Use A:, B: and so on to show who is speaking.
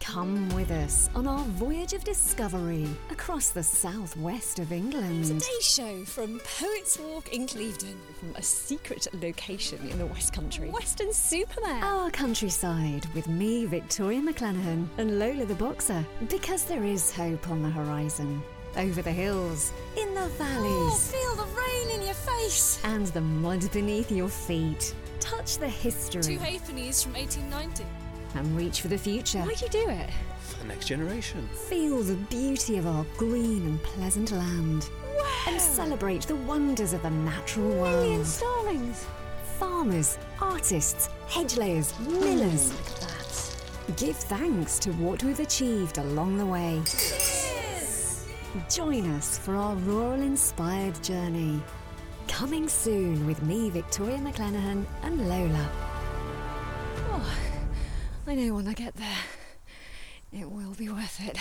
A: Come with us on our voyage of discovery across the southwest of England.
B: Today's show from Poets Walk in Clevedon, from a secret location in the West Country. Oh, Western Superman.
A: Our countryside with me, Victoria McClanahan, and Lola the Boxer, because there is hope on the horizon. Over the hills, in the
B: Oh,
A: valleys,
B: feel the rain in your face.
A: and the mud beneath your feet. Touch the history
B: Two halfpennies from 1890.
A: and reach for the future.
B: Why'd you do it?
C: for the next generation.
A: Feel the beauty of our green and pleasant land. And celebrate the wonders of the natural world.
B: Million starlings.
A: farmers, artists, hedgelayers, millers.
B: Look at that.
A: Give thanks to what we've achieved along the way. Join us for our rural inspired journey. Coming soon with me, Victoria McClanahan, and Lola.
B: Oh, I know when I get there, it will be worth it.